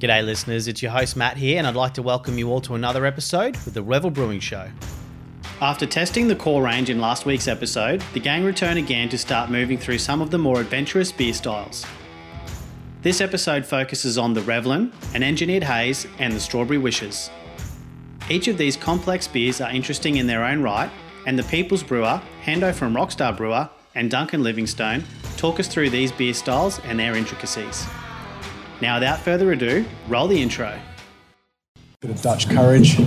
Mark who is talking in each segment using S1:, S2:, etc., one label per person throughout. S1: G'day, listeners. It's your host, Matt, here, and I'd like to welcome you all to another episode with the Revel Brewing Show. After testing the core range in last week's episode, the gang return again to start moving through some of the more adventurous beer styles. This episode focuses on the Revlon, an engineered haze, and the Strawberry Wishes. Each of these complex beers are interesting in their own right, and the People's Brewer, Hando from Rockstar Brewer, and Duncan Livingstone talk us through these beer styles and their intricacies. Now, without further ado, roll the intro.
S2: Bit of Dutch courage.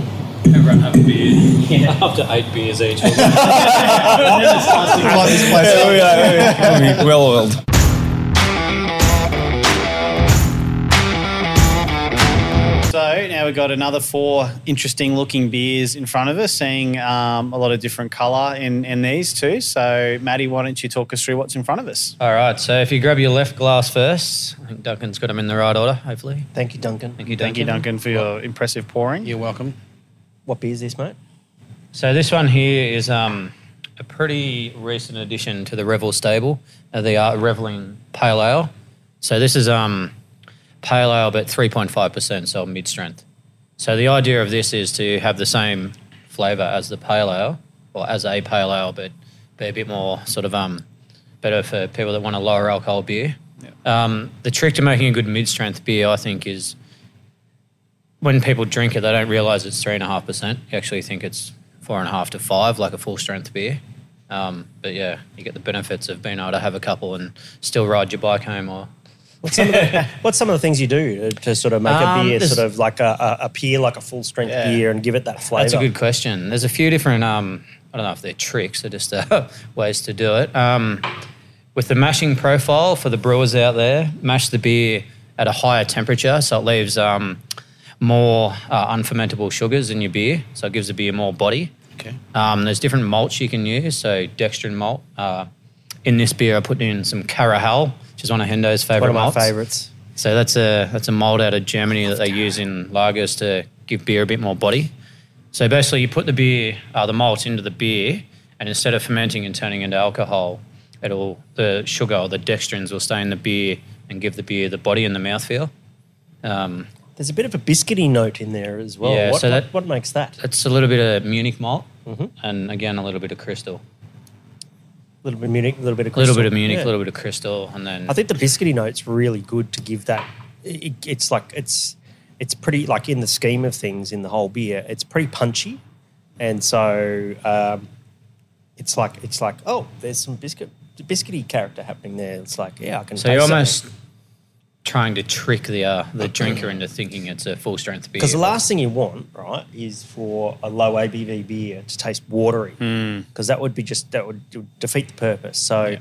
S3: Everyone have a beer. After eight beers each.
S2: Light this place up.
S4: well oiled.
S1: So now we've got another four interesting looking beers in front of us, seeing um, a lot of different colour in, in these too. So, Maddie, why don't you talk us through what's in front of us?
S3: All right, so if you grab your left glass first, I think Duncan's got them in the right order, hopefully.
S5: Thank you, Duncan.
S3: Thank you, Duncan.
S1: Thank you, Duncan, for your impressive pouring.
S6: You're welcome.
S5: What beer is this, mate?
S3: So this one here is um, a pretty recent addition to the Revel stable. Uh, they are Reveling Pale Ale. So this is um, Pale Ale, but 3.5%, so mid strength. So the idea of this is to have the same flavour as the Pale Ale, or as a Pale Ale, but be a bit more sort of um, better for people that want a lower alcohol beer. Um, the trick to making a good mid strength beer, I think, is when people drink it, they don't realize it's three and a half percent. You actually think it's four and a half to five, like a full strength beer. Um, but yeah, you get the benefits of being able to have a couple and still ride your bike home. Or
S5: What's some of the, what's some of the things you do to- to sort of make
S3: Um,
S5: a beer
S3: there's-
S5: sort of like a, a, appear like a full strength beer and give it that flavour?
S3: that's a good question. There's a few different. Um, I don't know if they're tricks. They're just uh, ways to do it. Um, with the mashing profile for the brewers out there, mash the beer at a higher temperature, so it leaves um, more uh, unfermentable sugars in your beer, so it gives the beer more body.
S1: Okay.
S3: Um, there's different malts you can use, so dextrin malt. Uh, in this beer, I put in some Carahal, which is one of Hendo's
S5: One
S3: favourite
S5: of my
S3: malts.
S5: favourites.
S3: So that's a that's a mold out of Germany that they use in lagers to give beer a bit more body. So basically, you put the beer, uh, the malt into the beer, and instead of fermenting and turning into alcohol, it'll the sugar or the dextrins will stay in the beer and give the beer the body and the mouthfeel. Um,
S5: There's a bit of a biscuity note in there as well.
S3: Yeah,
S5: what,
S3: so
S5: what-
S3: that-
S5: what makes that? A
S3: that's a little bit of Munich malt,
S5: Mm-hmm.
S3: and again a little bit of crystal,
S5: little bit of Munich, a little bit of
S3: a little
S5: crystal.
S3: bit of Munich, a
S5: Yeah.
S3: little bit of crystal, and then
S5: I think the biscuity note's really good to give that. It, it's like it's it's pretty like in the scheme of things in the whole beer, it's pretty punchy, and so um, it's like it's like oh, there's some biscuit biscuity character happening there. It's like yeah, I can.
S3: so you're almost trying to trick the uh, the drinker into thinking it's a full strength beer.
S5: because the last thing you want right is for a low ABV beer to taste watery
S3: Hmm.
S5: because that would be just that would d- defeat the purpose. So.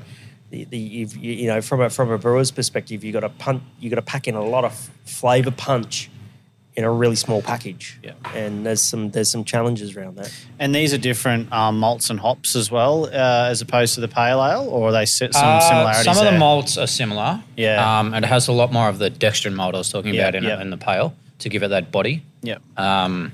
S5: The, the, you've, you, you know, from a from a brewer's perspective, you got to punt, you got to pack in a lot of flavour punch in a really small package.
S3: Yeah.
S5: and there's some there's some challenges around that.
S1: And these are different um, malts and hops as well, uh, as opposed to the pale ale, or are they si- some
S3: Uh,
S1: similarities?
S3: Some of the
S1: there?
S3: malts are similar.
S1: Yeah.
S3: Um, and it has a lot more of the dextrin malt I was talking
S1: Yeah,
S3: about in,
S1: yeah.
S3: in the pail to give it that body.
S1: Yep.
S3: Um,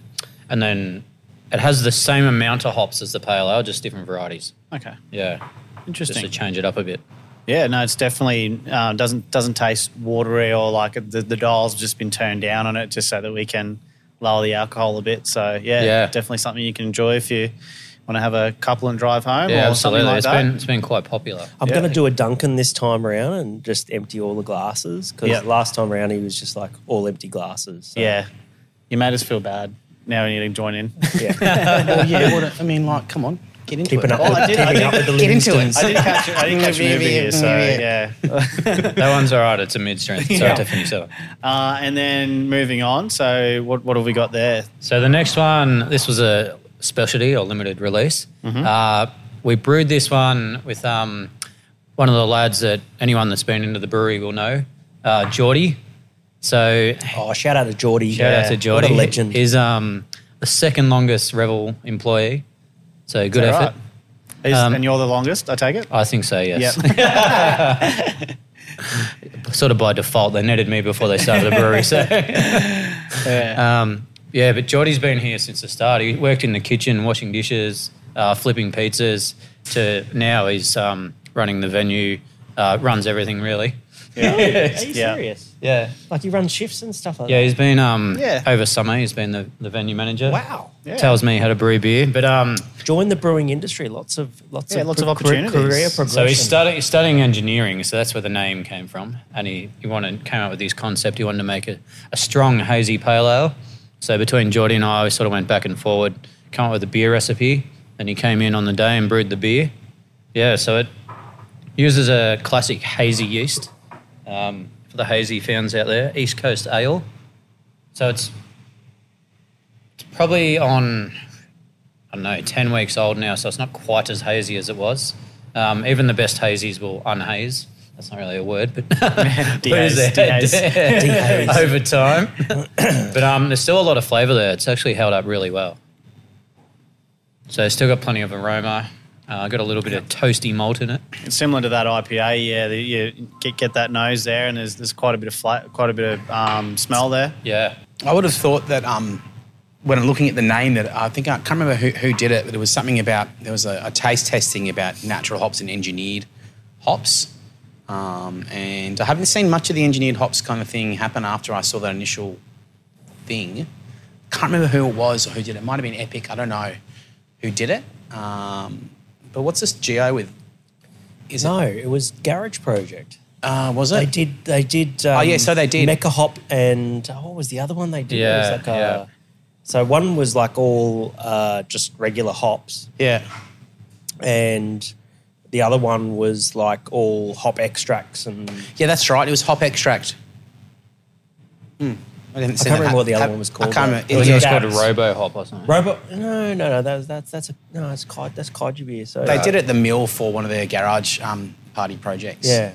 S3: and then it has the same amount of hops as the pale ale, just different varieties.
S1: Okay.
S3: Yeah. Just
S1: Interesting.
S3: to change it up a bit.
S1: Yeah, no, it's definitely uh, doesn't doesn't taste watery or like the the dial's just been turned down on it just so that we can lower the alcohol a bit. So yeah,
S3: Yeah.
S1: definitely something you can enjoy if you want to have a couple and drive home
S3: Yeah,
S1: or
S3: absolutely.
S1: something like
S3: It's
S1: that.
S3: been, it's been quite popular.
S5: I'm
S1: Yeah.
S5: going to do a Duncan this time around and just empty all the glasses because
S1: Yeah.
S5: last time around he was just like all empty glasses. So,
S1: yeah, you made us feel bad. Now we need to join in.
S5: yeah.
S6: Well, yeah, what, I mean, like, come on, get into
S5: keeping
S6: it. Oh,
S5: up, with,
S1: I did- I
S5: keeping
S1: did-
S5: up with the
S6: Get into it.
S5: Livingstones.
S1: I did catch I did catch moving here, so yeah.
S3: that one's all right. It's a mid strength. So yeah. definitely so.
S1: Uh, and then moving on. So what what have we got there?
S3: So the next one, this was a specialty or limited release.
S5: Mm-hmm.
S3: Uh, we brewed this one with um, one of the lads that anyone that's been into the brewery will know, uh, Geordie. So
S5: Oh, shout out to Geordie.
S3: shout out to Geordie.
S5: What a legend.
S3: He's um, the second longest Revel employee. So good
S1: Is that
S3: effort.
S1: right? Is-
S3: Um,
S1: and you're the longest, I take it.
S3: I think so, yes. sort of by default, they netted me before they started the brewery. So, um, yeah, but Geordie's been here since the start. He worked in the kitchen, washing dishes, uh, flipping pizzas. To now, he's um, running the venue, uh, runs everything really.
S5: Really? Are you
S1: Yeah.
S5: serious?
S3: Yeah.
S5: Like you run shifts and stuff like
S3: Yeah, he's been um
S1: Yeah.
S3: over summer. He's been the, the venue manager.
S5: that. Wow.
S1: Yeah.
S3: Tells me how to brew beer, but um,
S5: Join the brewing industry. Lots of lots
S1: Yeah,
S5: of
S1: lots of
S5: pro- career-
S1: opportunities.
S5: Career progression.
S3: so he's studying he's studying engineering, so that's where the name came from. And he, he wanted came up with this concept. He wanted to make a, a strong hazy pale ale. So between Geordie and I, we sort of went back and forward, come up with a beer recipe. Then he came in on the day and brewed the beer. Yeah, so it uses a classic hazy yeast um, for the hazy fans out there, East Coast Ale. So it's it's probably on I don't know, 10 weeks old now, so it's not quite as hazy as it was. Um, even the best hazies will unhaze. That's not really a word, but
S1: Dehaze, dehaze.
S3: dehaze. over time. but um, there's still a lot of flavour there. It's actually held up really well. So it's still got plenty of aroma. Uh, got a little bit of toasty malt in it.
S1: It's similar to that IPA, yeah. The, you get, get that nose there, and there's, there's quite a bit of fla- quite a bit of um, smell there.
S3: Yeah.
S6: I would have thought that um, when I'm looking at the name, that I think I can't remember who, who did it, but it was something about there was a, a taste testing about natural hops and engineered hops. Um, and I haven't seen much of the engineered hops kind of thing happen after I saw that initial thing. Can't remember who it was or who did it. it might have been Epic. I don't know who did it. Um, but what's this geo with? Is
S5: No,
S6: it?
S5: it was Garage Project.
S6: Uh, was it?
S5: They did. They did. Um,
S6: yeah, so they did.
S5: Mecha Hop and oh, what was the other one they did? It was
S3: Yeah,
S5: like a-
S3: yeah.
S5: So one was like all uh, just regular hops,
S6: Yeah.
S5: and the other one was like all hop extracts and
S6: Yeah, that's right. It was hop extract. Hmm. I didn't see
S5: can't
S6: that.
S5: remember what the other
S6: Hap-
S5: one was
S6: I
S5: called,
S6: can't
S5: though.
S6: remember.
S3: It was,
S5: Yeah.
S3: called Robo Hop or something.
S5: robot. No, no, no. That was, that's that's a no. It's cod. That's cod beer. So
S6: They did it at the mill for one of their garage um, party projects.
S5: Yeah.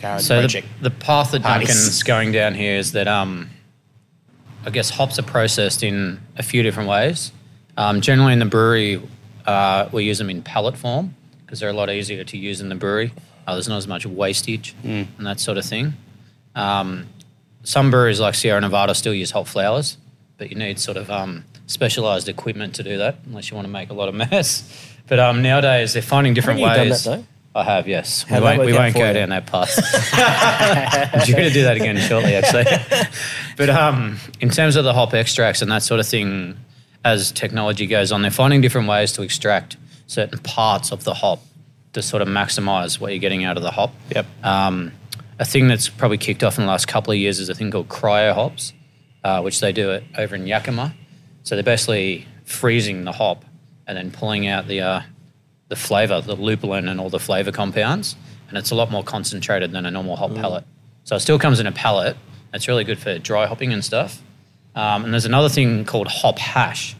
S6: Garage
S3: So the,
S6: project.
S3: the path that
S6: Parties.
S3: Duncan's going down here is that um, I guess hops are processed in a few different ways. Um, generally, in the brewery, uh, we use them in pellet form because they're a lot easier to use in the brewery. Uh, there's not as much wastage
S5: Hmm.
S3: and that sort of thing. Um, some breweries like Sierra Nevada still use hop flowers, but you need sort of um, specialized equipment to do that unless you want to make a lot of mess. But um, nowadays they're finding different
S5: Haven't you done
S3: ways.
S5: that, though?
S3: I have, yes.
S5: How'd
S3: we
S5: that
S3: won't, we
S5: work out
S3: won't
S5: for
S3: go
S5: you?
S3: down that path. I'm going to do that again shortly, actually. but um, in terms of the hop extracts and that sort of thing, as technology goes on, they're finding different ways to extract certain parts of the hop to sort of maximize what you're getting out of the hop.
S6: Yep.
S3: Um, a thing that's probably kicked off in the last couple of years is a thing called cryo hops, uh, which they do it over in Yakima. So they're basically freezing the hop and then pulling out the uh, the flavour, the lupulin and all the flavour compounds, and it's a lot more concentrated than a normal hop pellet. So it still comes in a pellet. It's really good for dry hopping and stuff. Um, and there's another thing called hop hash.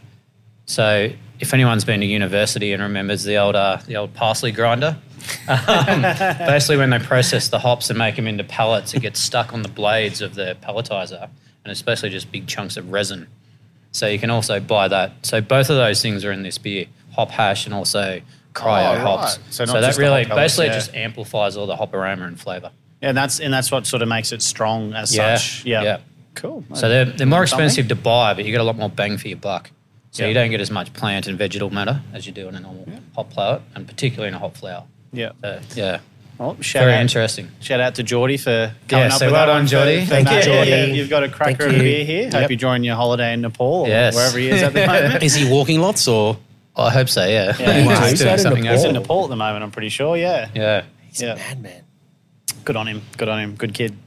S3: So if anyone's been to university and remembers the old uh, the old parsley grinder, um, basically when they process the hops and make them into pellets, it gets stuck on the blades of the pelletizer, and it's basically just big chunks of resin. So you can also buy that. So both of those things are in this beer: hop hash and also cryo
S1: Oh,
S3: hops.
S1: right. So
S3: So,
S1: not
S3: that
S1: just the
S3: really
S1: hop pellets,
S3: basically
S1: yeah.
S3: just amplifies all the hop aroma and flavour.
S1: Yeah, and that's and that's what sort of makes it strong as
S3: Yeah,
S1: such. Yeah.
S3: yeah.
S1: Cool.
S3: So they're, they're more
S1: Something.
S3: expensive to buy, but you get a lot more bang for your buck. So you
S1: Yeah.
S3: don't get as much plant and vegetal matter as you do in a normal hop flower, and particularly in a hop flower.
S1: Yeah.
S3: So, yeah,
S1: Well, shout
S3: very
S1: out,
S3: interesting.
S1: Shout out to Geordie for coming
S3: Yeah,
S1: up
S3: so
S1: with
S3: well
S1: that
S3: done,
S1: one for-
S3: Geordie.
S1: for
S3: Thank
S1: Matt.
S5: you, Geordie.
S1: Yeah, You've got a cracker
S5: Thank
S1: of a
S5: you.
S1: beer here. Hope
S6: Yep.
S1: you're enjoying your holiday in Nepal or
S3: Yes.
S1: wherever he is at the moment.
S6: Is he walking lots or?
S3: I hope so. Yeah,
S1: Yeah.
S3: Just
S6: Wow.
S3: doing
S5: Is that in
S3: something
S5: Nepal?
S1: He's in
S3: else.
S1: Nepal at the moment, I'm pretty sure. Yeah.
S3: Yeah.
S5: He's
S1: Yeah.
S5: a madman.
S1: Good on him. Good on him. Good kid.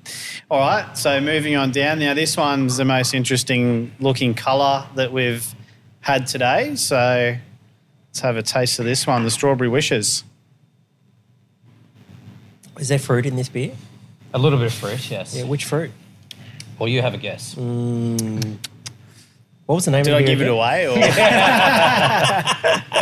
S1: All right. So moving on down. Now, this one's the most interesting looking colour that we've had today. So let's have a taste of this one the Strawberry Wishes.
S5: Is there fruit in this beer?
S3: a little bit of fresh. Yes.
S5: Yeah. Which fruit?
S3: Well, you have a guess.
S5: Mm. What was the name
S1: Did
S5: of the
S1: I
S5: beer
S1: give it
S5: again?
S1: away? Or?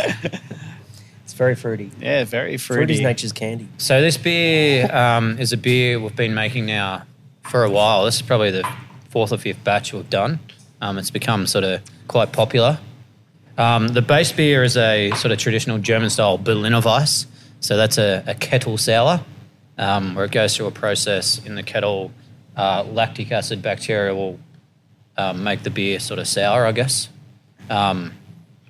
S5: It's very fruity.
S1: yeah, very fruity.
S5: Fruit is nature's candy.
S3: So this beer um, is a beer we've been making now for a while. This is probably the fourth or fifth batch we've done. Um, it's become sort of quite popular. Um, the base beer is a sort of traditional German style Berliner Weiss. So that's a, a kettle sour um, where it goes through a process in the kettle. Uh, lactic acid bacteria will um, make the beer sort of sour, I guess. Um,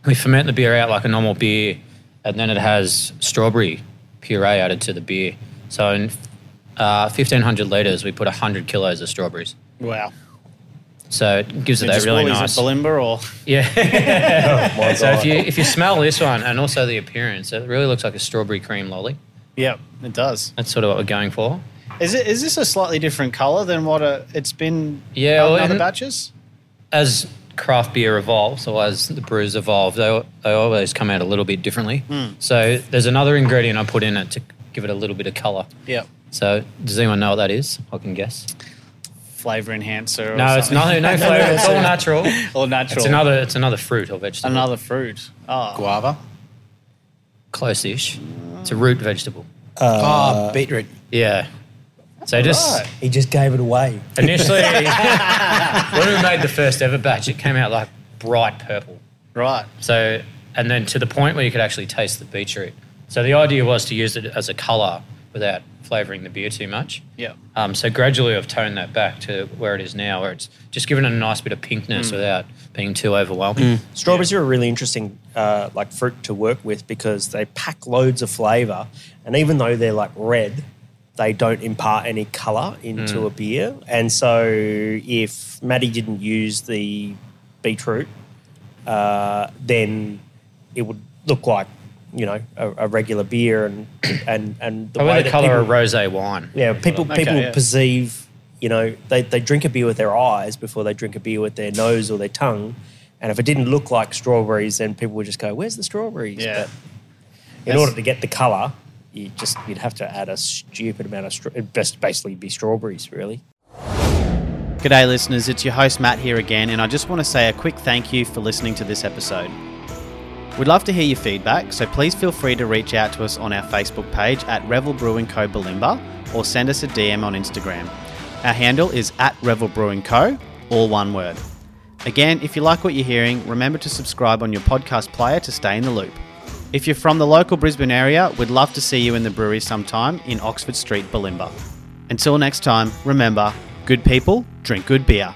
S3: we ferment the beer out like a normal beer, and then it has strawberry puree added to the beer. So in uh, 1,500 litres, we put 100 kilos of strawberries.
S1: Wow.
S3: So it gives it that really nice.
S1: Balimba or
S3: Yeah.
S5: My
S3: so if
S5: God.
S3: you if you smell this one and also the appearance, it really looks like a strawberry cream lolly.
S1: yeah, it does.
S3: That's sort of what we're going for.
S1: Is it is this a slightly different color than what a, it's been
S3: Yeah,
S1: on
S3: well,
S1: other
S3: in-
S1: batches?
S3: As craft beer evolves or as the brews evolve, they, they always come out a little bit differently. So there's another ingredient I put in it to give it a little bit of color.
S1: Yeah,
S3: So does anyone know what that is? I can guess.
S1: flavor enhancer. Or
S3: No, it's
S1: something.
S3: not. No flavor. It's all natural.
S1: Or natural.
S3: It's another. It's another fruit or vegetable.
S1: another fruit. Oh,
S6: Guava.
S3: close-ish. It's a root vegetable.
S5: Uh,
S6: Ah, beetroot.
S3: Yeah. So just
S1: Right.
S5: He just gave it away.
S3: initially, when we made the first ever batch, it came out like bright purple.
S1: right.
S3: So, and then to the point where you could actually taste the beetroot. So the idea was to use it as a color without flavoring the beer too much.
S1: Yeah.
S3: Um, so gradually, I've toned that back to where it is now, where it's just given it a nice bit of pinkness without being too overwhelming.
S5: Strawberries are a really interesting uh, like fruit to work with because they pack loads of flavour, and even though they're like red, they don't impart any colour into a beer. And so, if Maddie didn't use the beetroot, uh, then it would look like you know a, a regular beer, and and and the way
S3: Probably the
S5: that
S3: color
S5: people-
S3: of rosé wine.
S5: Yeah, people
S1: Okay,
S5: people
S1: yeah.
S5: perceive, you know, they, they drink a beer with their eyes before they drink a beer with their nose or their tongue. And if it didn't look like strawberries, then people would just go, "Where's the strawberries?"
S1: Yeah.
S5: But in order to get the color, you just you'd have to add a stupid amount of stra- it'd just basically be strawberries, really.
S1: G'day, listeners. It's your host, Matt, here again, and I just want to say a quick thank you for listening to this episode. We'd love to hear your feedback, so please feel free to reach out to us on our Facebook page at Revel Brewing Co. Balimba or send us a DM on Instagram. Our handle is at Revel Brewing Co., all one word. Again, if you like what you're hearing, remember to subscribe on your podcast player to stay in the loop. If you're from the local Brisbane area, we'd love to see you in the brewery sometime in Oxford Street, Balimba. Until next time, remember good people drink good beer.